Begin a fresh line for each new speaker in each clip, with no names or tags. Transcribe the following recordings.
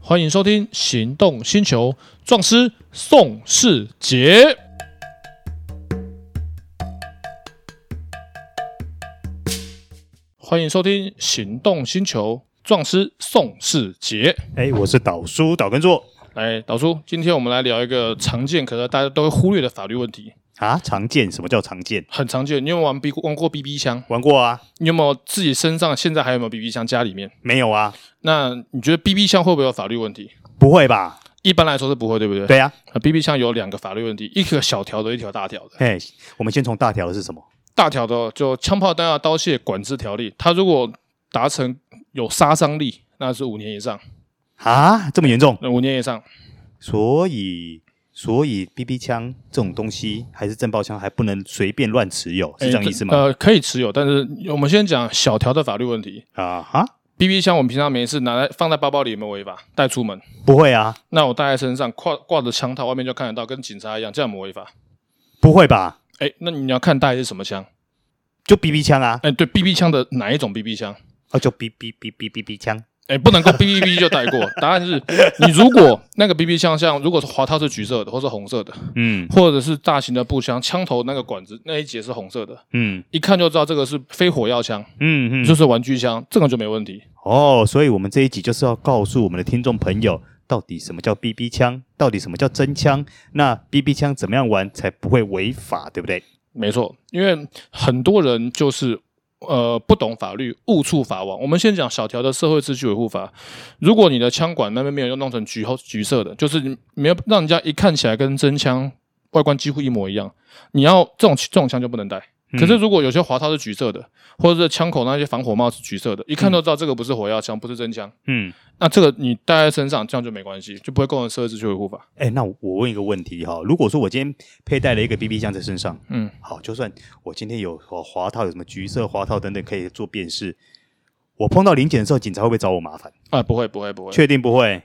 欢迎收听《行动星球》，壮师宋世杰。欢迎收听《行动星球》，壮师宋世杰。
哎，我是导叔导根座
来，导叔，今天我们来聊一个常见，可能大家都会忽略的法律问题，
啊。常见，什么叫常见？
很常见。你有没有玩 B 玩过 BB 枪？
玩过啊？
你有没有自己身上现在还有没有 BB 枪？家里面？
没有啊？
那你觉得 BB 枪会不会有法律问题？
不会吧？
一般来说是不会，对不对？
对啊。
啊，BB 枪有两个法律问题，一个小条的，一条大条的。
哎，我们先从大条的是什么？
大条的就《枪炮弹药刀械管制条例》，它如果达成有杀伤力，那是五年以上，
啊，这么严重？
那五年以上。
所以，所以 BB 枪这种东西还是震爆枪还不能随便乱持有，是这样意思吗？
呃，可以持有，但是我们先讲小条的法律问题。
啊哈，
BB 枪我们平常每一次拿来放在包包里有没有违法？带出门，
不会啊，
那我带在身上，挂挂着枪套，外面就看得到，跟警察一样，这样有没有违法？
不会吧？
哎，那你要看带的是什么枪？
就 BB 枪啊，
哎，对，BB 枪的哪一种 BB 枪？
啊，就 BB BB BB 枪。
哎，不能够 B B B 就带过。答案是，你如果那个 B B 枪像，如果是滑套是橘色的，或是红色的，
嗯
或者是大型的步枪，枪头那个管子那一节是红色的，
嗯
一看就知道这个是非火药枪，
嗯嗯。
就是玩具枪，这个就没问题。
哦，所以我们这一集就是要告诉我们的听众朋友，到底什么叫 BB 枪，到底什么叫真枪？那 BB 枪怎么样玩才不会违法，对不对？
没错，因为很多人就是呃不懂法律，误触法网。我们先讲小条的社会秩序维护法，如果你的枪管那边没有弄成橘后橘色的，就是你没有让人家一看起来跟真枪外观几乎一模一样，你要这种这种枪就不能带。
嗯
可是如果有些滑套是橘色的，或者是枪口那些防火帽是橘色的，一看就知道这个不是火药枪，不是真枪。
嗯，
那这个你带在身上，这样就没关系，就不会构成社会秩序维护法。
哎，那我问一个问题哈、如果说我今天佩戴了一个 BB 枪在身上，
嗯，
好，就算我今天有滑滑套，有什么橘色滑套等等可以做辨识，我碰到临检的时候，警察会不会找我麻烦？
啊，不会，不会，不会。
确定不会？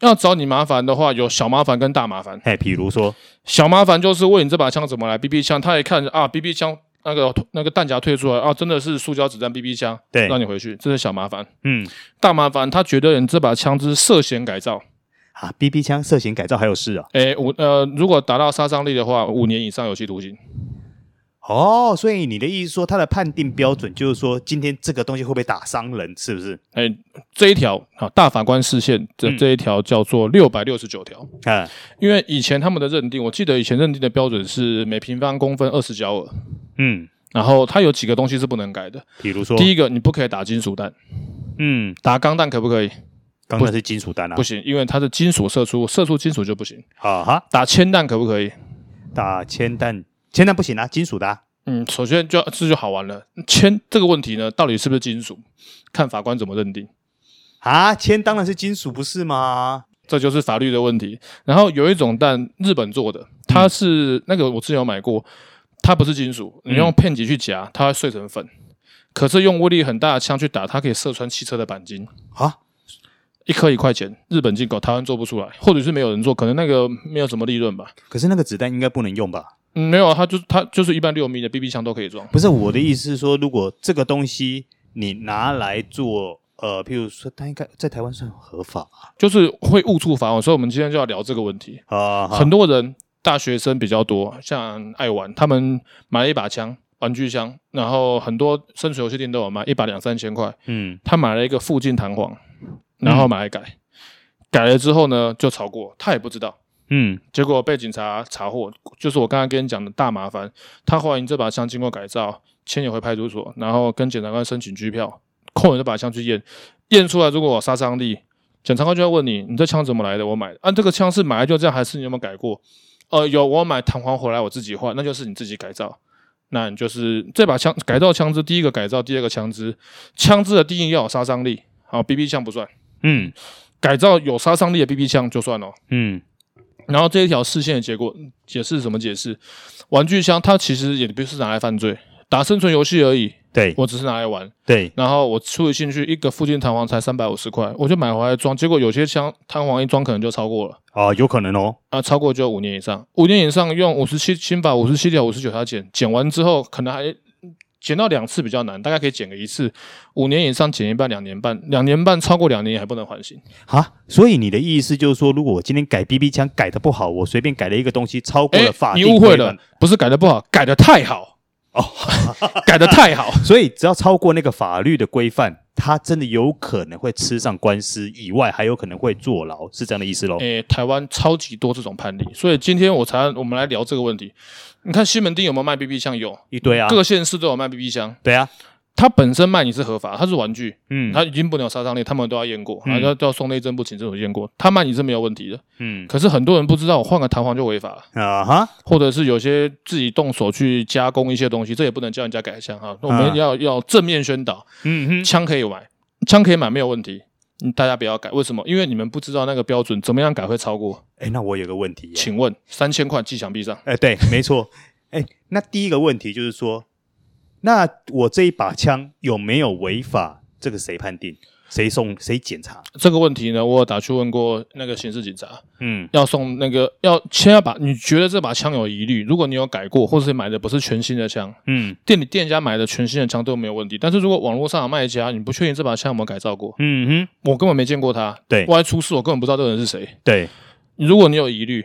要找你麻烦的话，有小麻烦跟大麻烦。
哎，比如说，
小麻烦就是问你这把枪怎么来，BB 枪，他一看啊，BB 枪那个那个弹夹退出来啊，真的是塑胶子弹 BB 枪，
对，
让你回去，这是小麻烦。
嗯，
大麻烦，他觉得你这把枪是涉嫌改造，
啊，BB 枪涉嫌改造还有事啊？
诶，五呃，如果达到杀伤力的话，五年以上有期徒刑。
哦，所以你的意思说，它的判定标准就是说，今天这个东西会不会打伤人，是不是？
诶，这一条啊，大法官视线这
嗯
这一条叫做六百六十九条，
啊，
因为以前他们的认定，我记得以前认定的标准是每平方公分二十焦耳，
嗯，
然后它有几个东西是不能改的，
比如说，
第一个你不可以打金属弹，
嗯，
打钢弹可不可以？
刚刚是金属弹啊
不，行，因为它是金属射出，射出金属就不行。
啊哈，
打铅弹可不可以？
打铅弹，铅弹不行啊，金属的、啊，
嗯，首先就这就好玩了。铅这个问题呢，到底是不是金属，看法官怎么认定，
啊，铅当然是金属，不是吗？
这就是法律的问题。然后有一种弹，日本做的，它是、那个我之前有买过，它不是金属，你用片剂去夹，它会碎成粉。可是用威力很大的枪去打，它可以射穿汽车的钣金，
啊，
一颗一块钱，日本进口，台湾做不出来，或者是没有人做，可能那个没有什么利润吧。
可是那个子弹应该不能用吧？
嗯，没有，啊，它就是它就是一般六米的 BB 枪都可以装。
不是我的意思是说，如果这个东西你拿来做，呃，譬如说，它应该在台湾算合法吧？
就是会误触法网，所以我们今天就要聊这个问题。
啊，哈
很多人大学生比较多，像爱玩，他们买了一把枪，玩具枪，然后很多生存游戏店都有卖，一把两三千块。
嗯，
他买了一个附近弹簧，然后买来改，改了之后呢就炒过，他也不知道，
嗯，
结果被警察查获，就是我刚才跟你讲的大麻烦。他怀疑这把枪经过改造，牵引回派出所，然后跟检察官申请拘票，扣你这把枪去验，验出来如果有杀伤力，检察官就会问你，你这枪怎么来的？我买的，啊，这个枪是买来就这样，还是你有没有改过？呃，有，我买弹簧回来我自己换，那就是你自己改造。那你就是这把枪改造枪支，第一个改造，第二个枪支，枪支的定义要有杀伤力，好，BB 枪不算，
嗯，
改造有杀伤力的 BB 枪就算哦。
嗯，
然后这一条视线的结果嗯解释是什么解释？玩具枪它其实也不是拿来犯罪，打生存游戏而已，
对，
我只是拿来玩。
对，
然后我出于兴趣，一个附近弹簧才三百五十块，我就买回来装。结果有些枪弹簧一装可能就超过了，
啊，有可能哦，
啊，超过就五年以上，五年以上用五十七刑法五十七条五十九条减，减完之后可能还减到两次比较难，大概可以减个一次，五年以上减一半，两年半，两年半超过两年还不能缓刑。
啊，所以你的意思就是说，如果我今天改 BB 枪改的不好，我随便改了一个东西，超过
哎
了法
你
定
误
规
会
范
了，，不是改的不好，改的太好
哦，
改的太 好。
所以只要超过那个法律的规范，他真的有可能会吃上官司，以外还有可能会坐牢，是这样的意思喽？
诶、哎台湾超级多这种判例，所以今天我才我们来聊这个问题。你看西门町有没有卖 BB 枪？有，
一堆啊
各，个县市都有卖 BB 枪。
对啊，
它本身卖你是合法，它是玩具，
嗯
它已经不能有杀伤力，他们都要验过，
嗯
啊，要要送内政部请政府验过，它卖你是没有问题的。
嗯
可是很多人不知道，我换个弹簧就违法了，
啊哈，
或者是有些自己动手去加工一些东西，这也不能叫人家改枪啊。我们
啊
要要正面宣导，
嗯哼，
枪可以买，枪可以买没有问题。嗯大家不要改，为什么？因为你们不知道那个标准怎么样改会超过。
哎，那我有个问题耶，
请问三千块记墙壁上，
哎，对，没错，哎，那第一个问题就是说，那我这一把枪有没有违法？这个谁判定？谁送？谁检查？
这个问题呢，我有打去问过那个刑事警察，
嗯
要送那个要先要把你觉得这把枪有疑虑，如果你有改过，或者是买的不是全新的枪，
嗯
店里店家买的全新的枪都没有问题。但是如果网络上有卖家，你不确定这把枪有没有改造过，
嗯哼，
我根本没见过他，
对
万一出事我根本不知道这个人是谁。
对，
如果你有疑虑，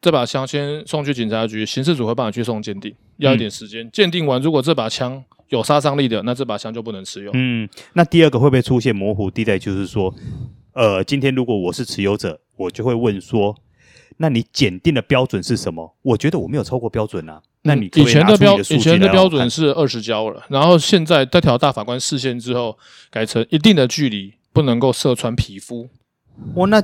这把枪先送去警察局，刑事组会帮你去送鉴定，要
嗯
一点时间。鉴定完，如果这把枪有杀伤力的，那这把枪就不能持有。
嗯，那第二个会不会出现模糊地带？就是说，呃，今天如果我是持有者，我就会问说，那你检定的标准是什么？我觉得我没有超过标准啊。那你
嗯
可
以
不可
前
拿出
标
你数据
以前的
来让
标
我看
准是二十焦了，然后现在在条大法官视线之后，改成一定的距离不能够射穿皮肤。
哦，那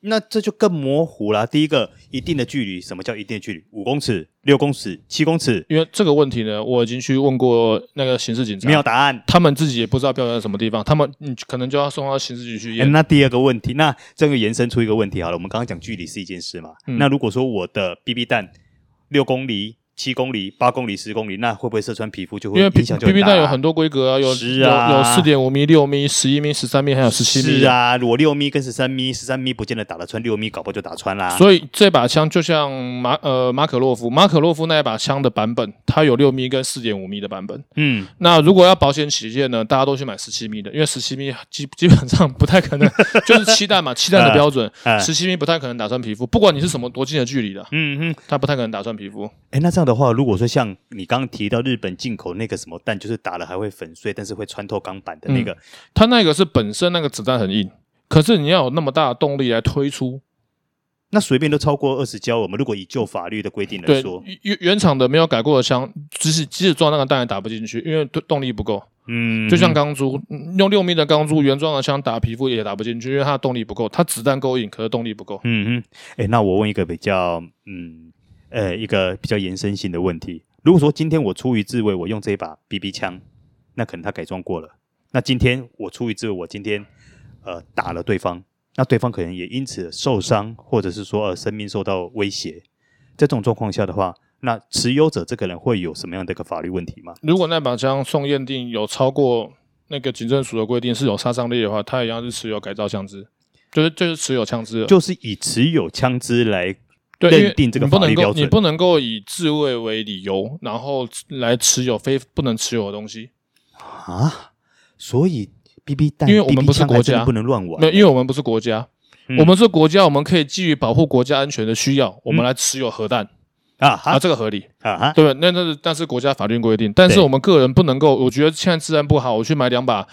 那这就更模糊啦。第一个，一定的距离，什么叫一定的距离？五公尺、六公尺、七公尺，
因为这个问题呢，我已经去问过那个刑事警察，
没有答案。
他们自己也不知道标准在什么地方，他们你可能就要送到刑事局去
诶
验。
哎那第二个问题，那这个延伸出一个问题好了，我们刚刚讲距离是一件事嘛，
嗯
那如果说我的 BB 弹六公里、七公里、八公里、十公里，那会不会射穿皮肤就会
因为
影响就
B B
大、啊
弹有很多规格啊，有
是啊
有有四点五米、六米、十一米、十三米，还有十七米
是。啊，我六咪跟十三咪，十三咪不见得打得穿，六咪搞不好就打穿啦。
所以这把枪就像马呃马可洛夫，马可洛夫那一把枪的版本，它有六米跟四点五米的版本。
嗯，
那如果要保险起见呢，大家都去买十七米的，因为十七米基基本上不太可能，就是七弹嘛，七弹的标准，
呃
十七米不太可能打穿皮肤，不管你是什么多近的距离的，
嗯嗯，
它不太可能打穿皮肤。
哎，那这样的话，如果说像你刚刚提到日本进口那个什么弹，就是打了还会粉碎，但是会穿透钢板的那个，
它那个是本身那个子弹很硬，可是你要有那么大的动力来推出，
那随便都超过二十焦。我们如果以旧法律的规定来
对
说，
原原厂的没有改过的枪，即使即使装那个弹也打不进去，因为动动力不够。
嗯，
就像钢珠，嗯用六米的钢珠原装的枪打皮肤也打不进去，因为它的动力不够，它子弹够硬，可是动力不够。
嗯嗯，哎，那我问一个比较，嗯，呃，一个比较延伸性的问题。如果说今天我出于自卫，我用这一把 BB 枪，那可能他改装过了。那今天我出于自卫，我今天呃打了对方，那对方可能也因此受伤，或者是说呃生命受到威胁。在这种状况下的话，那持有者这个人会有什么样的一个法律问题吗？
如果那把枪送验定有超过那个警政署的规定是有杀伤力的话，它一样是持有改造枪支，就是就是持有枪支了。
就是以持有枪支来，
对，
认
因为
定这个
你不
法
能
律标
够
准
你不能够以自卫为理由，然后来持有非不能持有的东西。
啊，所以 BB 弹，
因为我们不是
BB 枪还
国
真的
家
不能乱玩
没有，因为我们不是国家，
嗯
我们是国家，我们可以基于保护国家安全的需要，我们来持有核弹、
啊哈
啊，这个合理。
啊哈，
对，那那是那是国家法律规定，但是
对
我们个人不能够。我觉得现在治安不好，我去买两把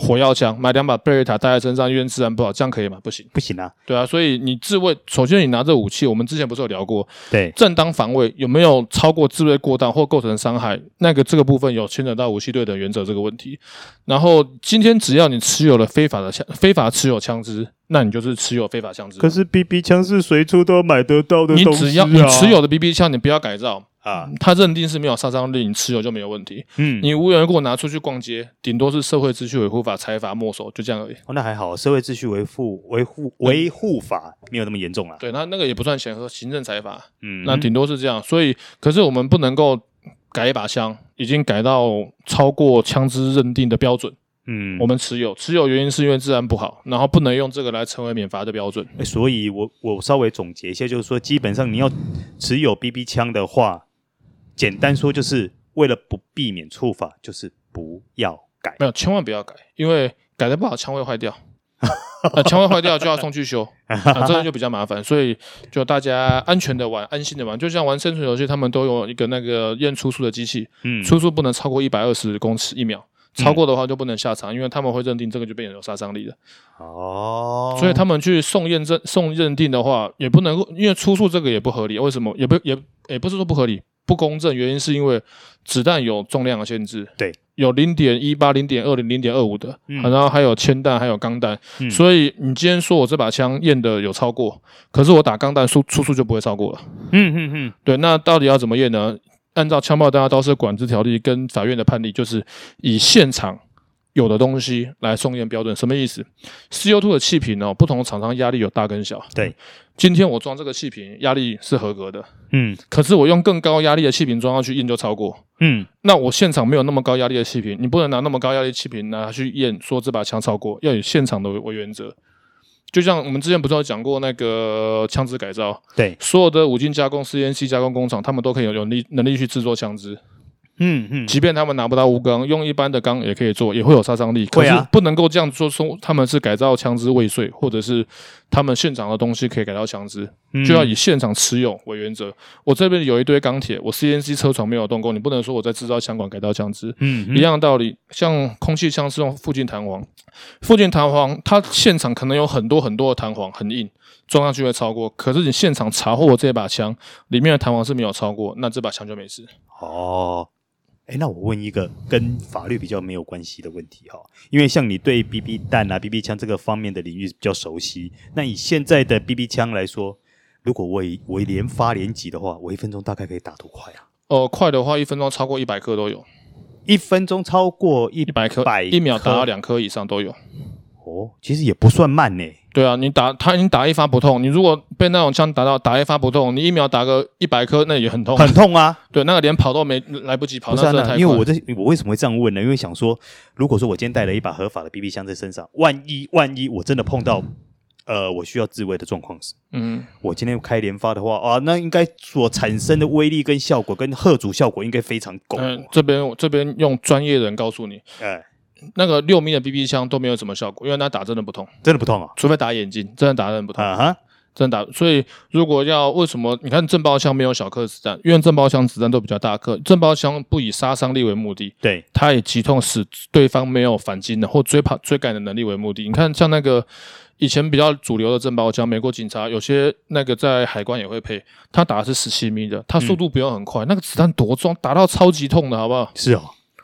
火药枪，买两把贝瑞塔带在身上，因为治安不好，这样可以吗？不行，
不行啊，
对啊。所以你自卫，首先你拿着武器，我们之前不是有聊过，
对，
正当防卫有没有超过自卫过当或构成伤害？那个这个部分有牵扯到武器对等原则这个问题。然后今天只要你持有了非法的枪，非法持有枪支，那你就是持有非法枪支。
是 BB 枪是随处都买得到的
你只要你持有的 BB 枪，你不要改造，
啊，
它认定是没有杀伤力，你持有就没有问题。
嗯，
你无缘无故拿出去逛街，顶多是社会秩序维护法裁罚没收，就这样而已。
哦，那还好，社会秩序维护维护维护法没有那么严重啦。啊
对，那那个也不算钱和行政裁罚，
嗯，
那顶多是这样。所以，可是我们不能够改一把枪，已经改到超过枪支认定的标准。
嗯，
我
我
们持有，持有原因是因为治安不好，然后不能用这个来成为免罚的标准。
们所以我，我稍微总结一下，就是说，基本上你要持有 BB 枪的话，简单说就是为了不避免触法，就是不要改。
没有，千万不要改，因为改的不好，枪会坏 掉。那枪会坏掉就要送去修，啊，这个就比较麻烦。所以就大家安全的玩，安心的玩，就像玩生存游戏，他们都有一个那个验出速的机器，
嗯，
出速不能超过一百二十公尺一秒，超过的话就不能下场，因为他们会认定这个就变成有杀伤力了。
哦，
所以他们去送验证、送认定的话，也不能够，因为出速这个也不合理。为什么？也不也也不是说不合理、不公正，原因是因为子弹有重量的限制，
对，
有零点一八、零点二零、零点二五的，
嗯
然后还有铅弹、还有钢弹。
嗯
所以你今天说我这把枪验的有超过，可是我打钢弹速出速就不会超过了。
嗯嗯嗯，
对，那到底要怎么验呢？按照《枪炮弹药刀射管制条例》跟法院的判例，就是以现场有的东西来送验标准。什么意思？CO2 的气瓶哦，不同的厂商压力有大跟小。
对，
今天我装这个气瓶，压力是合格的，
嗯
可是我用更高压力的气瓶装上去验就超过。
嗯
那我现场没有那么高压力的气瓶，你不能拿那么高压力的气瓶拿去验说这把枪超过，要有现场的为为原则。就像我们之前不是有讲过那个枪支改造，
对，
所有的五金加工、CNC 加工工厂，他们都可以有能力能力去制作枪支，
嗯嗯，
即便他们拿不到钨钢，用一般的钢也可以做，也会有杀伤力。可
会
是
啊
不能够这样做，说他们是改造枪支未遂，或者是他们现场的东西可以改造枪支，
嗯
就要以现场持有为原则。我这边有一堆钢铁，我 CNC 车床没有动过，你不能说我在制造枪管改造枪支。
嗯嗯
一样的道理，像空气枪是用附近弹簧，附近弹簧它现场可能有很多很多的弹簧，很硬，装上去会超过。可是你现场查获这把枪里面的弹簧是没有超过，那这把枪就没事。
哦，哎，那我问一个跟法律比较没有关系的问题哈、因为像你对 BB 弹啊、BB 枪这个方面的领域比较熟悉，那以现在的 BB 枪来说，如果我以我连发连击的话，我一分钟大概可以打多快啊？
哦、快的话一分钟超过一百颗都有，
一分钟超过一
一百颗，
百
一秒
颗
打两颗以上都有。
哦，其实也不算慢呢。
对啊，你打他，你打一发不痛，你如果被那种枪打到打一发不痛，你一秒打个一百颗，那也很痛。
很痛啊！
对，那个连跑都没来不及跑，
不是、
那
啊
真的
那，
太
因为
快
我这我为什么会这样问呢？因为想说，如果说我今天带了一把合法的 BB 枪在身上，万一万一我真的碰到呃我需要自卫的状况时，
嗯，
我今天开连发的话啊，那应该所产生的威力跟效果跟贺主效果应该非常够。
嗯，这边我这边用专业人告诉你，
哎，
那个六米的 BB 枪都没有什么效果，因为那打真的不痛，
真的不痛啊！
除非打眼睛，真的打得很不痛，
啊哈，
真的打。所以如果要为什么你看正爆枪没有小颗子弹，因为正爆枪子弹都比较大颗，正爆枪不以杀伤力为目的，
对，
它以击痛使对方没有反击能或追跑追赶的能力为目的。你看像那个以前比较主流的正爆枪，美国警察有些那个在海关也会配，他打的是十七米的，他速度不用很快，那个子弹多重，打到超级痛的好不好？
是哦，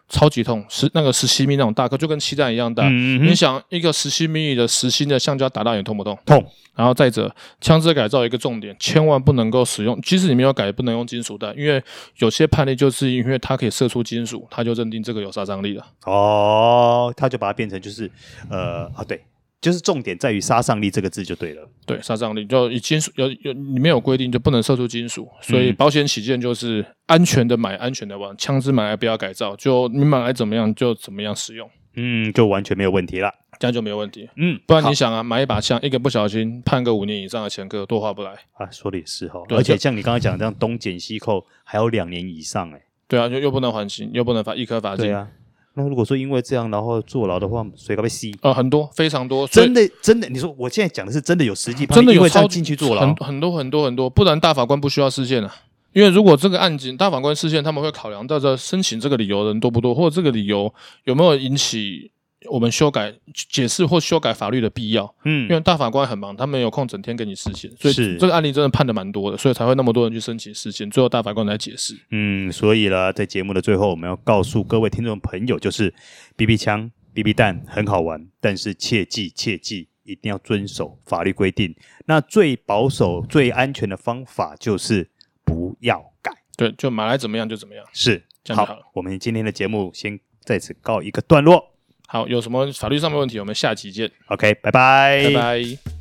超级痛，十那个十七米那种大颗，就跟气弹一样大。
嗯
你想一个十七 m m 的实心的橡胶打到你痛不痛？
痛。
然后再者，枪支改造有一个重点，千万不能够使用，即使你没有改，也不能用金属弹，因为有些判例就是因为它可以射出金属，它就认定这个有杀伤力了。
哦，他就把它变成就是呃啊，对，就是重点在于杀伤力这个字就对了。
对，杀伤力就以金属有有里面有规定就不能射出金属，所以
嗯
保险起见就是安全的买，安全的玩，枪支买来不要改造，就你买来怎么样就怎么样使用，
嗯，就完全没有问题了。
这样就没有问题。
嗯，
不然
好
你想啊，买一把枪，一个不小心判个五年以上的前科，多划不来。
啊，说的也是哈、哦，
对
而且
就
像你刚刚讲这样东减西扣，还有两年以上哎、
对啊，又又不能缓刑，又不能罚一颗罚金，
啊，那如果说因为这样然后坐牢的话，谁该被吸？
呃，很多非常多，所以
真的真的，你说我现在讲的是真的有实际判
真
例，
的
因
有
为这
超
样进去哦坐牢
很，很多很多很多，不然大法官不需要释宪啊。因为如果这个案件大法官释宪，他们会考量到这申请这个理由的人多不多，或者这个理由有没有引起我们修改解释或修改法律的必要。
嗯
因为大法官很忙，他没有空整天给你释宪，所
是
以这个案例真的判的蛮多的，所以才会那么多人去申请释宪，最后大法官来解释。
嗯，所以呢，在节目的最后，我们要告诉各位听众朋友，就是 BB 枪、BB 弹很好玩，但是切记切记，一定要遵守法律规定。那最保守、最安全的方法就是不要改。
对，就买来怎么样就怎么样。
是，
这样就好了
好，我们今天的节目先在此告一个段落。
好，有什么法律上面问题，我们下期见，
OK，拜拜，
拜拜。